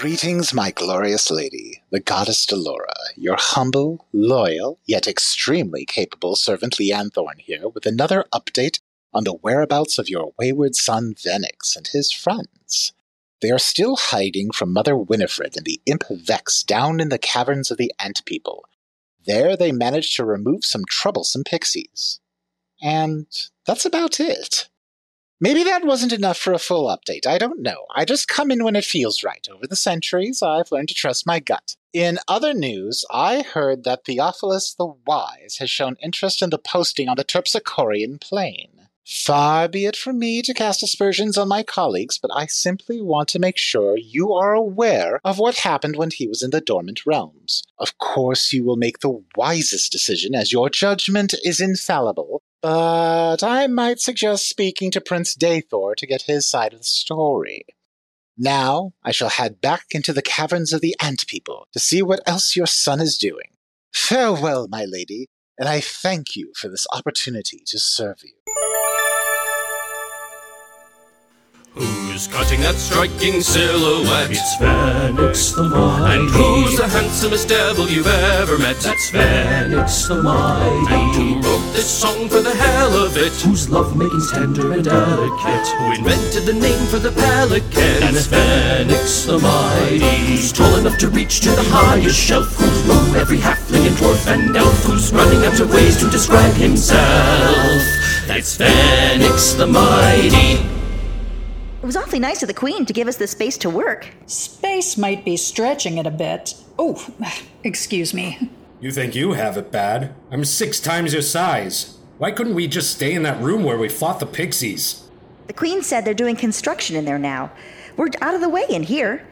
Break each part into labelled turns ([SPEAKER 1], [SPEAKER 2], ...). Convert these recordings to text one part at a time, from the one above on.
[SPEAKER 1] Greetings, my glorious lady, the goddess Delora, your humble, loyal, yet extremely capable servant Leanne Thorne here with another update on the whereabouts of your wayward son Venix and his friends. They are still hiding from Mother Winifred and the imp Vex down in the caverns of the Ant People. There they managed to remove some troublesome pixies. And that's about it. Maybe that wasn't enough for a full update. I don't know. I just come in when it feels right. Over the centuries, I've learned to trust my gut. In other news, I heard that Theophilus the Wise has shown interest in the posting on the Terpsichorean plain. Far be it from me to cast aspersions on my colleagues, but I simply want to make sure you are aware of what happened when he was in the dormant realms. Of course, you will make the wisest decision, as your judgment is infallible, but I might suggest speaking to Prince Daythor to get his side of the story. Now I shall head back into the caverns of the Ant People to see what else your son is doing. Farewell, my lady, and I thank you for this opportunity to serve you.
[SPEAKER 2] Who's cutting that striking silhouette? It's
[SPEAKER 3] Fenix the Mighty.
[SPEAKER 2] And who's the handsomest devil you've ever met? That's Van.
[SPEAKER 3] Fenix the Mighty.
[SPEAKER 2] And who wrote this song for the hell of it?
[SPEAKER 3] Whose lovemaking tender and delicate.
[SPEAKER 2] Who invented the name for the pelican?
[SPEAKER 3] That's Fenix the Mighty. Who's tall enough to reach to the highest shelf. Who's woo every halfling and dwarf and elf. Who's running out of ways to describe himself. That's Fenix the Mighty.
[SPEAKER 4] It was awfully nice of the Queen to give us the space to work.
[SPEAKER 5] Space might be stretching it a bit. Oh, excuse me.
[SPEAKER 6] You think you have it bad? I'm six times your size. Why couldn't we just stay in that room where we fought the pixies?
[SPEAKER 4] The Queen said they're doing construction in there now. We're out of the way in here.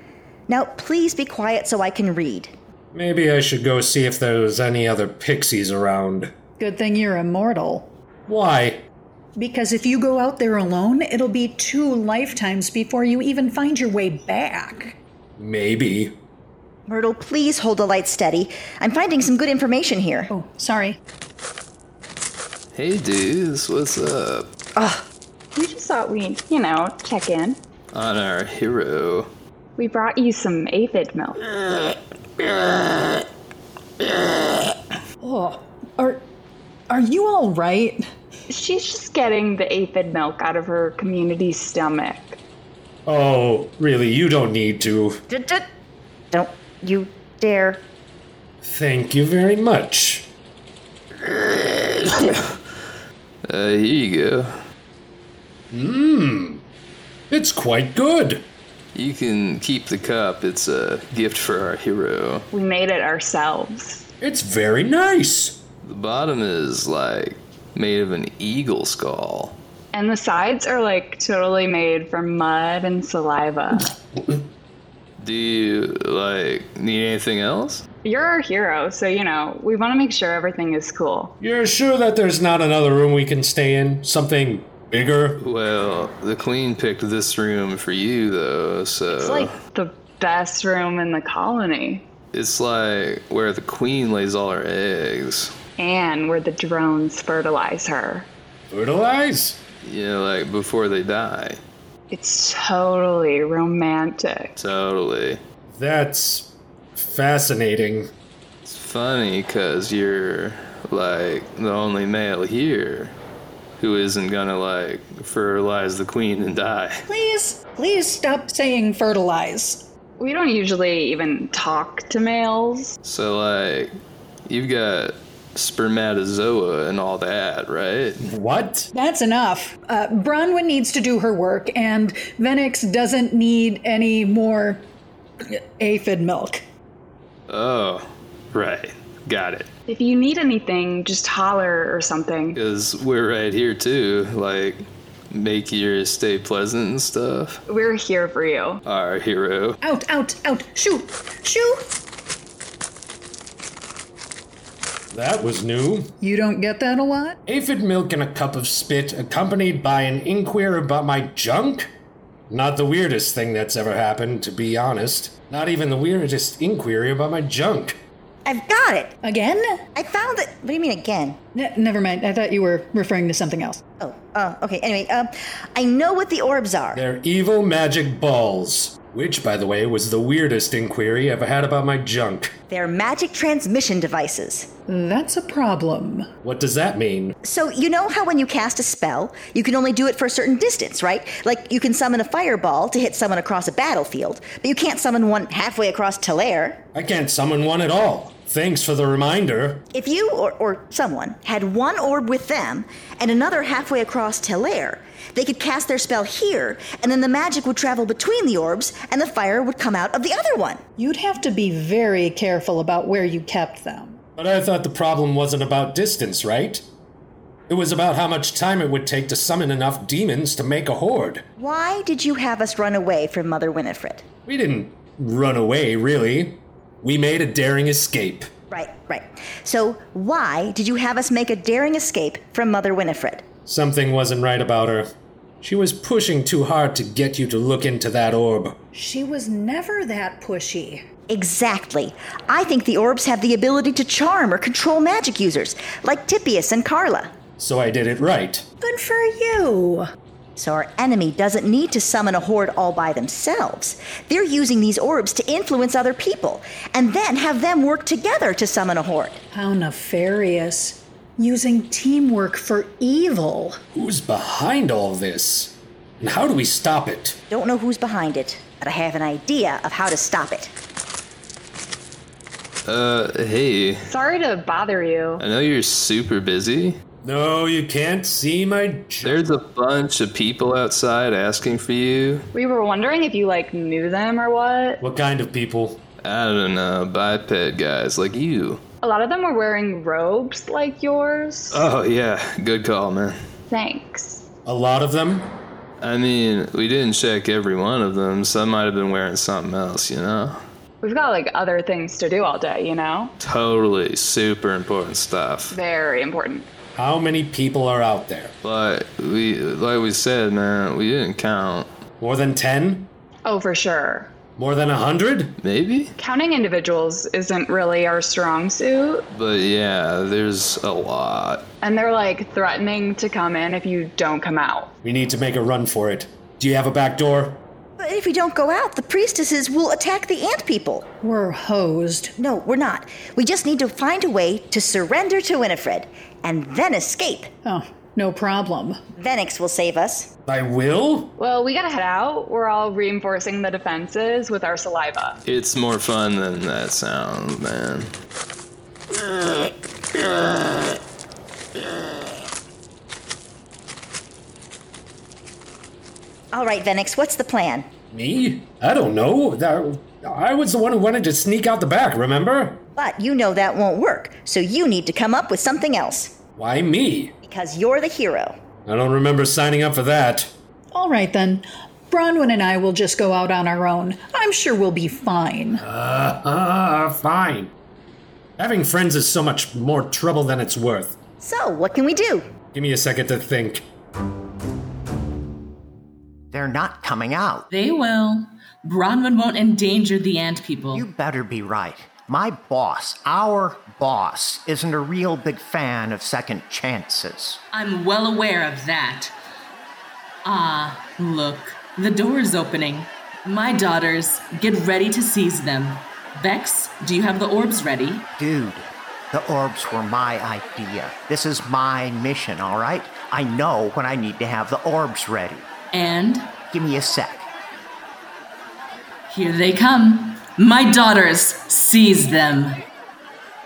[SPEAKER 4] Now, please be quiet so I can read.
[SPEAKER 6] Maybe I should go see if there's any other pixies around.
[SPEAKER 5] Good thing you're immortal.
[SPEAKER 6] Why?
[SPEAKER 5] Because if you go out there alone, it'll be two lifetimes before you even find your way back.
[SPEAKER 6] Maybe.
[SPEAKER 4] Myrtle, please hold the light steady. I'm finding some good information here.
[SPEAKER 5] Oh, sorry.
[SPEAKER 7] Hey dudes, what's up?
[SPEAKER 8] We just thought we'd, you know, check in.
[SPEAKER 7] On our hero.
[SPEAKER 8] We brought you some aphid milk.
[SPEAKER 5] Oh, are are you all right?
[SPEAKER 8] She's just getting the aphid milk out of her community stomach.
[SPEAKER 6] Oh, really, you don't need to.
[SPEAKER 4] Don't you dare.
[SPEAKER 6] Thank you very much.
[SPEAKER 7] Uh, here you go.
[SPEAKER 6] Hmm. It's quite good.
[SPEAKER 7] You can keep the cup. It's a gift for our hero.
[SPEAKER 8] We made it ourselves.
[SPEAKER 6] It's very nice.
[SPEAKER 7] The bottom is like made of an eagle skull.
[SPEAKER 8] And the sides are like totally made from mud and saliva.
[SPEAKER 7] Do you like need anything else?
[SPEAKER 8] You're our hero, so you know, we want to make sure everything is cool.
[SPEAKER 6] You're sure that there's not another room we can stay in? Something bigger?
[SPEAKER 7] Well, the queen picked this room for you though, so
[SPEAKER 8] It's like the best room in the colony.
[SPEAKER 7] it's like where the queen lays all her eggs.
[SPEAKER 8] And where the drones fertilize her.
[SPEAKER 6] Fertilize?
[SPEAKER 7] You know, like before they die.
[SPEAKER 8] It's totally romantic.
[SPEAKER 7] Totally.
[SPEAKER 6] That's fascinating.
[SPEAKER 7] It's funny because you're like the only male here who isn't gonna like fertilize the queen and die.
[SPEAKER 5] Please, please stop saying fertilize.
[SPEAKER 8] We don't usually even talk to males.
[SPEAKER 7] So like, you've got spermatozoa and all that, right?
[SPEAKER 6] What?
[SPEAKER 5] That's enough. Uh, Bronwyn needs to do her work, and Venix doesn't need any more aphid milk.
[SPEAKER 7] Oh, right. Got it.
[SPEAKER 8] If you need anything, just holler or something.
[SPEAKER 7] Cause we're right here too. Like, make your stay pleasant and stuff.
[SPEAKER 8] We're here for you.
[SPEAKER 7] Our hero.
[SPEAKER 5] Out, out, out. Shoo, shoo.
[SPEAKER 6] That was new.
[SPEAKER 5] You don't get that a lot?
[SPEAKER 6] Aphid milk and a cup of spit, accompanied by an inquiry about my junk? Not the weirdest thing that's ever happened, to be honest. Not even the weirdest inquiry about my junk.
[SPEAKER 4] I've got it.
[SPEAKER 5] Again?
[SPEAKER 4] I found it. What do you mean again?
[SPEAKER 5] Ne- never mind. I thought you were referring to something else.
[SPEAKER 4] Oh, uh, okay. Anyway, um, I know what the orbs are.
[SPEAKER 6] They're evil magic balls. Which, by the way, was the weirdest inquiry I've had about my junk.
[SPEAKER 4] They're magic transmission devices.
[SPEAKER 5] That's a problem.
[SPEAKER 6] What does that mean?
[SPEAKER 4] So, you know how when you cast a spell, you can only do it for a certain distance, right? Like, you can summon a fireball to hit someone across a battlefield, but you can't summon one halfway across Talair.
[SPEAKER 6] I can't summon one at all. Thanks for the reminder.
[SPEAKER 4] If you or, or someone had one orb with them and another halfway across Telair, they could cast their spell here, and then the magic would travel between the orbs, and the fire would come out of the other one.
[SPEAKER 5] You'd have to be very careful about where you kept them.
[SPEAKER 6] But I thought the problem wasn't about distance, right? It was about how much time it would take to summon enough demons to make a horde.
[SPEAKER 4] Why did you have us run away from Mother Winifred?
[SPEAKER 6] We didn't run away, really. We made a daring escape.
[SPEAKER 4] Right, right. So, why did you have us make a daring escape from Mother Winifred?
[SPEAKER 6] Something wasn't right about her. She was pushing too hard to get you to look into that orb.
[SPEAKER 5] She was never that pushy.
[SPEAKER 4] Exactly. I think the orbs have the ability to charm or control magic users, like Tippius and Carla.
[SPEAKER 6] So I did it right.
[SPEAKER 5] Good for you.
[SPEAKER 4] So our enemy doesn't need to summon a horde all by themselves. They're using these orbs to influence other people, and then have them work together to summon a horde.
[SPEAKER 5] How nefarious. Using teamwork for evil.
[SPEAKER 6] Who's behind all this? And how do we stop it?
[SPEAKER 4] Don't know who's behind it, but I have an idea of how to stop it.
[SPEAKER 7] Uh, hey,
[SPEAKER 8] Sorry to bother you.
[SPEAKER 7] I know you're super busy.
[SPEAKER 6] No, you can't see my. J-
[SPEAKER 7] There's a bunch of people outside asking for you.
[SPEAKER 8] We were wondering if you like knew them or what.
[SPEAKER 6] what kind of people?
[SPEAKER 7] I don't know, biped guys like you.
[SPEAKER 8] A lot of them were wearing robes like yours.
[SPEAKER 7] Oh, yeah, good call, man.
[SPEAKER 8] Thanks.
[SPEAKER 6] A lot of them?
[SPEAKER 7] I mean, we didn't check every one of them. Some might have been wearing something else, you know?
[SPEAKER 8] We've got like other things to do all day, you know?
[SPEAKER 7] Totally super important stuff.
[SPEAKER 8] Very important.
[SPEAKER 6] How many people are out there?
[SPEAKER 7] But we, like we said, man, we didn't count.
[SPEAKER 6] More than 10?
[SPEAKER 8] Oh, for sure.
[SPEAKER 6] More than a 100?
[SPEAKER 7] Maybe?
[SPEAKER 8] Counting individuals isn't really our strong suit,
[SPEAKER 7] But yeah, there's a lot.
[SPEAKER 8] and they're like threatening to come in if you don't come out.
[SPEAKER 6] We need to make a run for it. Do you have a back door?
[SPEAKER 4] But if we don't go out, the priestesses will attack the ant people.
[SPEAKER 5] We're hosed.
[SPEAKER 4] No, we're not. We just need to find a way to surrender to Winifred and then escape.
[SPEAKER 5] Oh, no problem.
[SPEAKER 4] Venix will save us.
[SPEAKER 6] I will?
[SPEAKER 8] Well, we gotta head out. We're all reinforcing the defenses with our saliva.
[SPEAKER 7] It's more fun than that sounds, man.
[SPEAKER 4] All right, Venix, what's the plan?
[SPEAKER 6] Me? I don't know. That, I was the one who wanted to sneak out the back, remember?
[SPEAKER 4] But you know that won't work, so you need to come up with something else.
[SPEAKER 6] Why me?
[SPEAKER 4] Because you're the hero.
[SPEAKER 6] I don't remember signing up for that.
[SPEAKER 5] All right then. Bronwyn and I will just go out on our own. I'm sure we'll be fine.
[SPEAKER 6] Ah, fine. Having friends is so much more trouble than it's worth.
[SPEAKER 4] So, what can we do?
[SPEAKER 6] Give me a second to think.
[SPEAKER 9] They're not coming out.
[SPEAKER 10] They will. Bronwyn won't endanger the ant people.
[SPEAKER 9] You better be right. My boss, our boss, isn't a real big fan of second chances.
[SPEAKER 10] I'm well aware of that. Ah, look. The door is opening. My daughters, get ready to seize them. Bex, do you have the orbs ready?
[SPEAKER 9] Dude, the orbs were my idea. This is my mission, all right? I know when I need to have the orbs ready.
[SPEAKER 10] And
[SPEAKER 9] Give me a sec.
[SPEAKER 10] here they come. My daughters, seize them.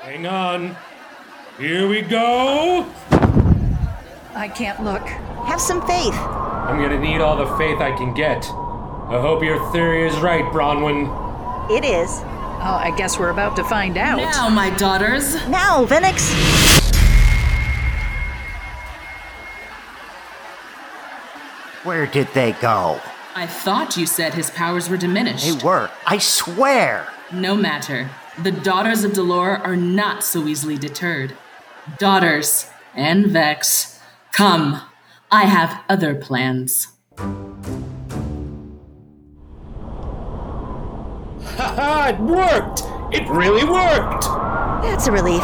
[SPEAKER 6] Hang on. Here we go.
[SPEAKER 5] I can't look.
[SPEAKER 4] Have some faith.
[SPEAKER 6] I'm gonna need all the faith I can get. I hope your theory is right, Bronwyn.
[SPEAKER 4] It is.
[SPEAKER 5] Oh, I guess we're about to find out.
[SPEAKER 10] Now, my daughters.
[SPEAKER 4] Now, Venix!
[SPEAKER 9] Where did they go?
[SPEAKER 10] I thought you said his powers were diminished.
[SPEAKER 9] They were. I swear.
[SPEAKER 10] No matter. The daughters of Delora are not so easily deterred. Daughters and Vex, come. I have other plans.
[SPEAKER 6] Haha, it worked! It really worked!
[SPEAKER 4] That's a relief.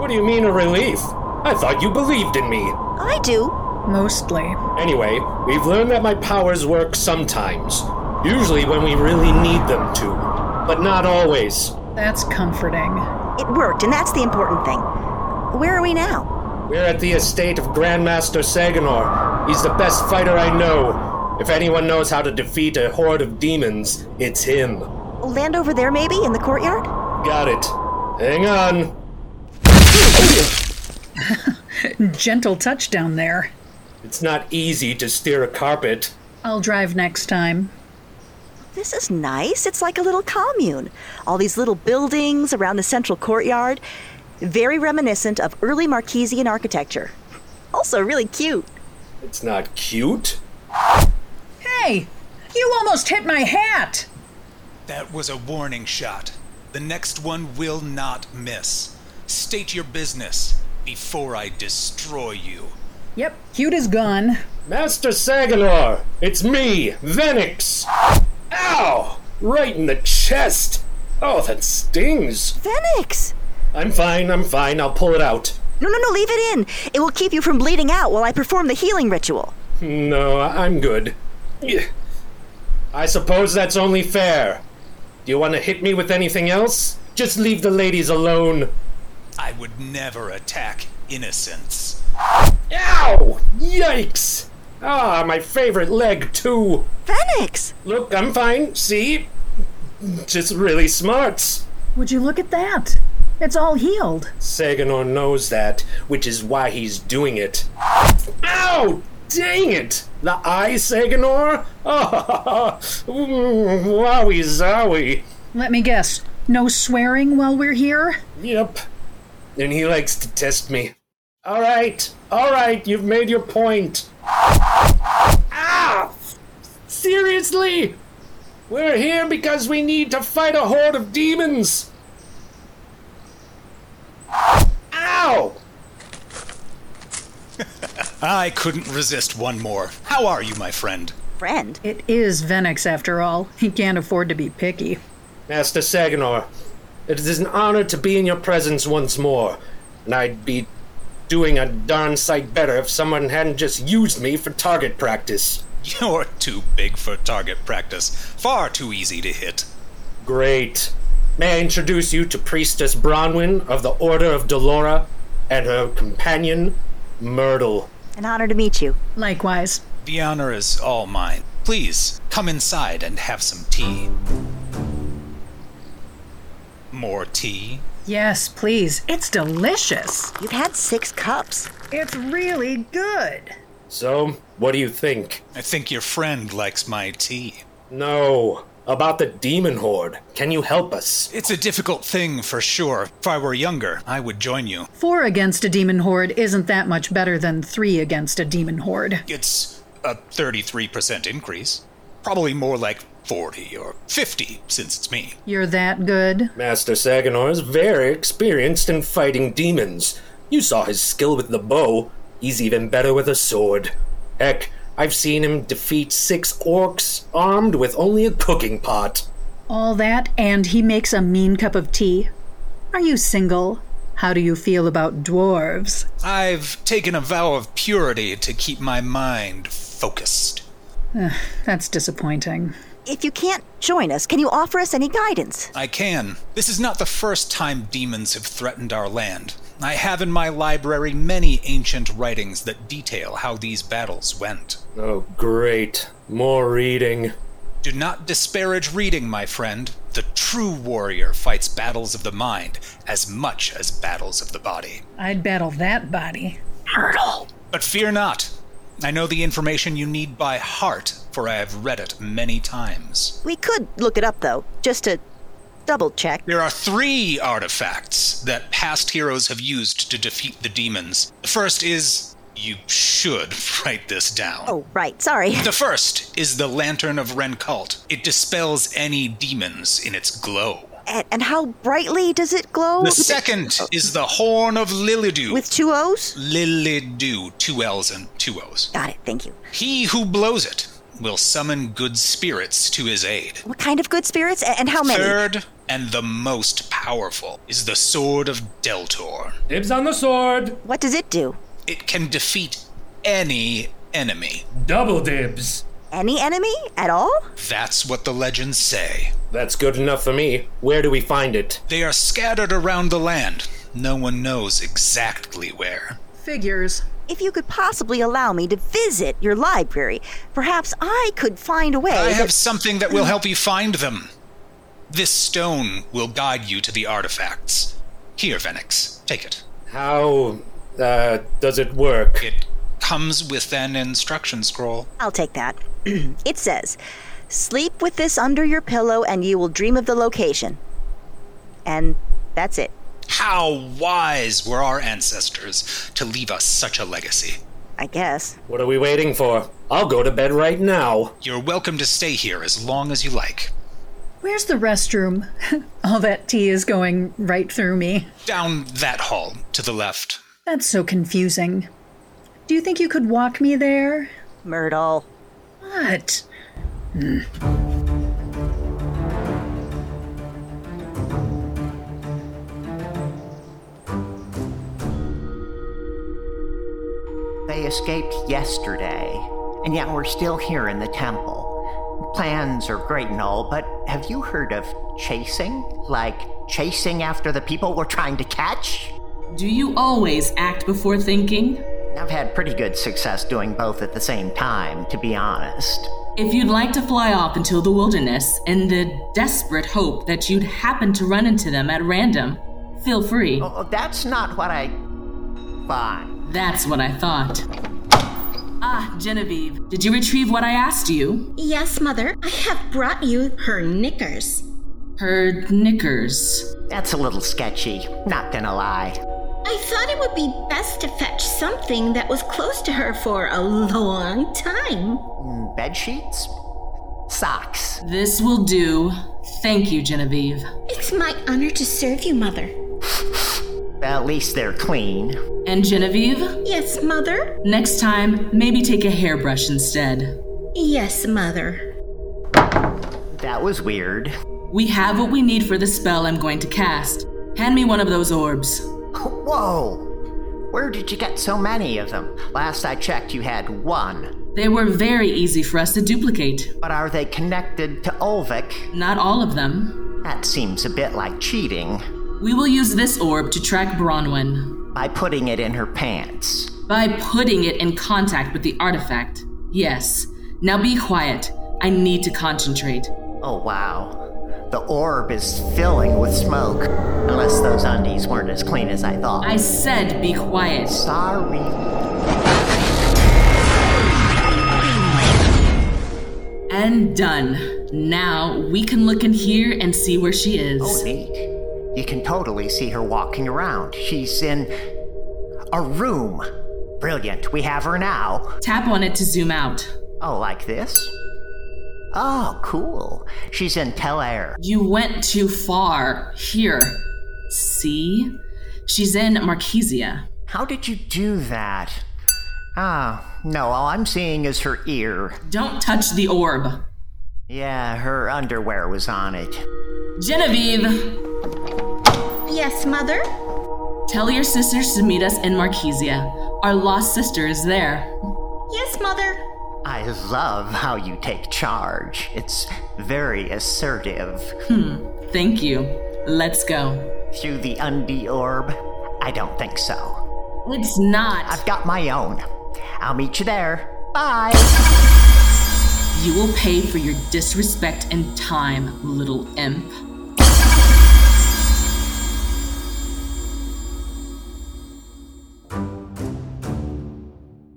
[SPEAKER 6] What do you mean a relief? I thought you believed in me.
[SPEAKER 4] I do.
[SPEAKER 5] Mostly.
[SPEAKER 6] Anyway, we've learned that my powers work sometimes. Usually when we really need them to, but not always.
[SPEAKER 5] That's comforting.
[SPEAKER 4] It worked, and that's the important thing. Where are we now?
[SPEAKER 6] We're at the estate of Grandmaster Saganor. He's the best fighter I know. If anyone knows how to defeat a horde of demons, it's him.
[SPEAKER 4] Land over there, maybe, in the courtyard?
[SPEAKER 6] Got it. Hang on.
[SPEAKER 5] Gentle touch down there.
[SPEAKER 6] It's not easy to steer a carpet.
[SPEAKER 5] I'll drive next time.
[SPEAKER 4] This is nice. It's like a little commune. All these little buildings around the central courtyard. Very reminiscent of early Marquesian architecture. Also, really cute.
[SPEAKER 6] It's not cute.
[SPEAKER 5] Hey, you almost hit my hat!
[SPEAKER 11] That was a warning shot. The next one will not miss. State your business before I destroy you.
[SPEAKER 5] Yep, cute is gone.
[SPEAKER 6] Master Saganor, it's me, Venix. Ow! Right in the chest. Oh, that stings.
[SPEAKER 4] Phoenix!
[SPEAKER 6] I'm fine, I'm fine. I'll pull it out.
[SPEAKER 4] No, no, no, leave it in. It will keep you from bleeding out while I perform the healing ritual.
[SPEAKER 6] No, I- I'm good. Yeah. I suppose that's only fair. Do you want to hit me with anything else? Just leave the ladies alone.
[SPEAKER 11] I would never attack innocents.
[SPEAKER 6] Ow! Yikes! Ah, my favorite leg, too.
[SPEAKER 4] Phoenix!
[SPEAKER 6] Look, I'm fine. See? Just really smarts.
[SPEAKER 5] Would you look at that? It's all healed.
[SPEAKER 6] Saganor knows that, which is why he's doing it. Ow! Dang it! The eye, Saganor? Oh, wowie zowie.
[SPEAKER 5] Let me guess. No swearing while we're here?
[SPEAKER 6] Yep. And he likes to test me. All right, all right, you've made your point. Ah! Seriously? We're here because we need to fight a horde of demons. Ow!
[SPEAKER 11] I couldn't resist one more. How are you, my friend?
[SPEAKER 4] Friend?
[SPEAKER 5] It is Venix, after all. He can't afford to be picky.
[SPEAKER 6] Master Saganor, it is an honor to be in your presence once more, and I'd be doing a darn sight better if someone hadn't just used me for target practice.
[SPEAKER 11] You're too big for target practice. Far too easy to hit.
[SPEAKER 6] Great. May I introduce you to Priestess Bronwyn of the Order of Dolora and her companion, Myrtle.
[SPEAKER 4] An honor to meet you.
[SPEAKER 5] Likewise.
[SPEAKER 11] The honor is all mine. Please, come inside and have some tea. More tea?
[SPEAKER 5] Yes, please. It's delicious.
[SPEAKER 4] You've had six cups.
[SPEAKER 5] It's really good.
[SPEAKER 6] So, what do you think?
[SPEAKER 11] I think your friend likes my tea.
[SPEAKER 6] No. About the demon horde. Can you help us?
[SPEAKER 11] It's a difficult thing for sure. If I were younger, I would join you.
[SPEAKER 5] Four against a demon horde isn't that much better than three against a demon horde.
[SPEAKER 11] It's a 33% increase. Probably more like 40 or 50 since it's me.
[SPEAKER 5] You're that good?
[SPEAKER 6] Master Saganor is very experienced in fighting demons. You saw his skill with the bow. He's even better with a sword. Heck, I've seen him defeat six orcs armed with only a cooking pot.
[SPEAKER 5] All that, and he makes a mean cup of tea. Are you single? How do you feel about dwarves?
[SPEAKER 11] I've taken a vow of purity to keep my mind focused.
[SPEAKER 5] That's disappointing.
[SPEAKER 4] If you can't join us, can you offer us any guidance?
[SPEAKER 11] I can. This is not the first time demons have threatened our land. I have in my library many ancient writings that detail how these battles went.
[SPEAKER 6] Oh, great. More reading.
[SPEAKER 11] Do not disparage reading, my friend. The true warrior fights battles of the mind as much as battles of the body.
[SPEAKER 5] I'd battle that body.
[SPEAKER 11] But fear not. I know the information you need by heart, for I have read it many times.
[SPEAKER 4] We could look it up, though, just to double check.
[SPEAKER 11] There are three artifacts that past heroes have used to defeat the demons. The first is. You should write this down.
[SPEAKER 4] Oh, right, sorry.
[SPEAKER 11] The first is the Lantern of Rencult. It dispels any demons in its glow.
[SPEAKER 4] And, and how brightly does it glow?
[SPEAKER 11] The second is the Horn of Lilidu.
[SPEAKER 4] Oh, With two O's?
[SPEAKER 11] Lilidu, two L's and two O's.
[SPEAKER 4] Got it, thank you.
[SPEAKER 11] He who blows it will summon good spirits to his aid.
[SPEAKER 4] What kind of good spirits? A- And how many?
[SPEAKER 11] Third, and the most powerful, is the Sword of Deltor.
[SPEAKER 6] Dibs on the sword.
[SPEAKER 4] What does it do?
[SPEAKER 11] It can defeat any enemy.
[SPEAKER 6] Double dibs.
[SPEAKER 4] any enemy at all?
[SPEAKER 11] That's what the legends say.
[SPEAKER 6] That's good enough for me. Where do we find it?
[SPEAKER 11] They are scattered around the land. No one knows exactly where.
[SPEAKER 5] Figures.
[SPEAKER 4] If you could possibly allow me to visit your library, perhaps I could find a way.
[SPEAKER 6] Oh,
[SPEAKER 11] I
[SPEAKER 4] that-
[SPEAKER 11] have something that will help you find them. This stone will guide you to the artifacts. Here, Venix, take it.
[SPEAKER 6] How uh, does it work?
[SPEAKER 11] It comes with an instruction scroll.
[SPEAKER 4] I'll take that. it says, Sleep with this under your pillow and you will dream of the location. And that's it.
[SPEAKER 11] How wise were our ancestors to leave us such a legacy.
[SPEAKER 4] I guess.
[SPEAKER 6] What are we waiting for? I'll go to bed right now.
[SPEAKER 11] You're welcome to stay here as long as you like.
[SPEAKER 5] Where's the restroom? All that tea is going right through me.
[SPEAKER 11] Down that hall to the left.
[SPEAKER 5] That's so confusing. Do you think you could walk me there?
[SPEAKER 4] Myrtle.
[SPEAKER 5] What?
[SPEAKER 9] They escaped yesterday, and yet we're still here in the temple. Plans are great and all, but have you heard of chasing? Like chasing after the people we're trying to catch?
[SPEAKER 10] Do you always act before thinking?
[SPEAKER 9] I've had pretty good success doing both at the same time, to be honest.
[SPEAKER 10] If you'd like to fly off into the wilderness in the desperate hope that you'd happen to run into them at random, feel free.
[SPEAKER 9] Oh, that's not what I. Fine.
[SPEAKER 10] That's what I thought. Ah, Genevieve, did you retrieve what I asked you?
[SPEAKER 12] Yes, Mother, I have brought you her knickers.
[SPEAKER 10] Her knickers.
[SPEAKER 9] That's a little sketchy, not gonna lie.
[SPEAKER 12] I thought it would be best to fetch something that was close to her for a long time.
[SPEAKER 9] Mm, Bed sheets? Socks.
[SPEAKER 10] This will do. Thank you, Genevieve.
[SPEAKER 12] It's my honor to serve you, Mother.
[SPEAKER 9] At least they're clean.
[SPEAKER 10] And Genevieve,
[SPEAKER 12] Yes, Mother?
[SPEAKER 10] next time, maybe take a hairbrush instead.
[SPEAKER 12] Yes, Mother.
[SPEAKER 9] That was weird.
[SPEAKER 10] We have what we need for the spell I'm going to cast. Hand me one of those orbs.
[SPEAKER 9] Whoa! Where did you get so many of them? Last I checked, you had one.
[SPEAKER 10] They were very easy for us to duplicate.
[SPEAKER 9] But are they connected to Olvik?
[SPEAKER 10] Not all of them.
[SPEAKER 9] That seems a bit like cheating.
[SPEAKER 10] We will use this orb to track Bronwyn
[SPEAKER 9] By putting it in her pants.
[SPEAKER 10] by putting it in contact with the artifact. Yes. Now be quiet. I need to concentrate.
[SPEAKER 9] Oh, wow. The orb is filling with smoke. Unless those undies weren't as clean as I thought.
[SPEAKER 10] I said be quiet.
[SPEAKER 9] Sorry.
[SPEAKER 10] And done. Now we can look in here and see where she is.
[SPEAKER 9] Oh, neat. You can totally see her walking around. She's in a room. Brilliant. We have her now.
[SPEAKER 10] Tap on it to zoom out.
[SPEAKER 9] Oh, like this? Oh, cool. She's in Tel Air.
[SPEAKER 10] You went too far. Here. See? She's in Marquesia.
[SPEAKER 9] How did you do that? Ah, no, all I'm seeing is her ear.
[SPEAKER 10] Don't touch the orb.
[SPEAKER 9] Yeah, her underwear was on it.
[SPEAKER 10] Genevieve,
[SPEAKER 12] Yes, Mother?
[SPEAKER 10] tell your sisters to meet us in Marquesia. Our lost sister is there.
[SPEAKER 12] Yes, Mother.
[SPEAKER 9] I love how you take charge. It's very assertive.
[SPEAKER 10] Hmm, Thank you. Let's go.
[SPEAKER 9] Through the undie orb? I don't think so.
[SPEAKER 10] It's not.
[SPEAKER 9] I've got my own. I'll meet you there. Bye.
[SPEAKER 10] You will pay for your disrespect and time, little imp.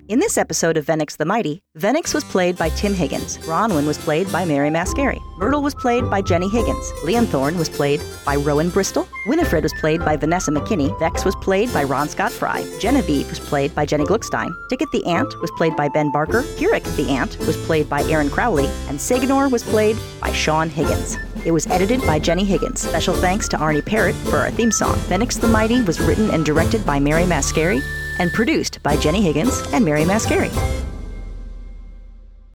[SPEAKER 4] In this episode of Venix the Mighty, Venix was played by Tim Higgins, Bronwyn was played by Mary Mascari, Myrtle was played by Jenny Higgins, Liam Thorne was played by Rowan Bristol, Winifred was played by Vanessa McKinney, Vex was played by Ron Scott Fry, Genevieve was played by Jenny Gluckstein, Ticket the Ant was played by Ben Barker, Hurik the Ant was played by Aaron Crowley, and Signor was played by Sean Higgins. It was edited by Jenny Higgins. Special thanks to Arnie Parrott for our theme song. Venix the Mighty was written and directed by Mary Mascari and produced by Jenny Higgins and Mary Mascari.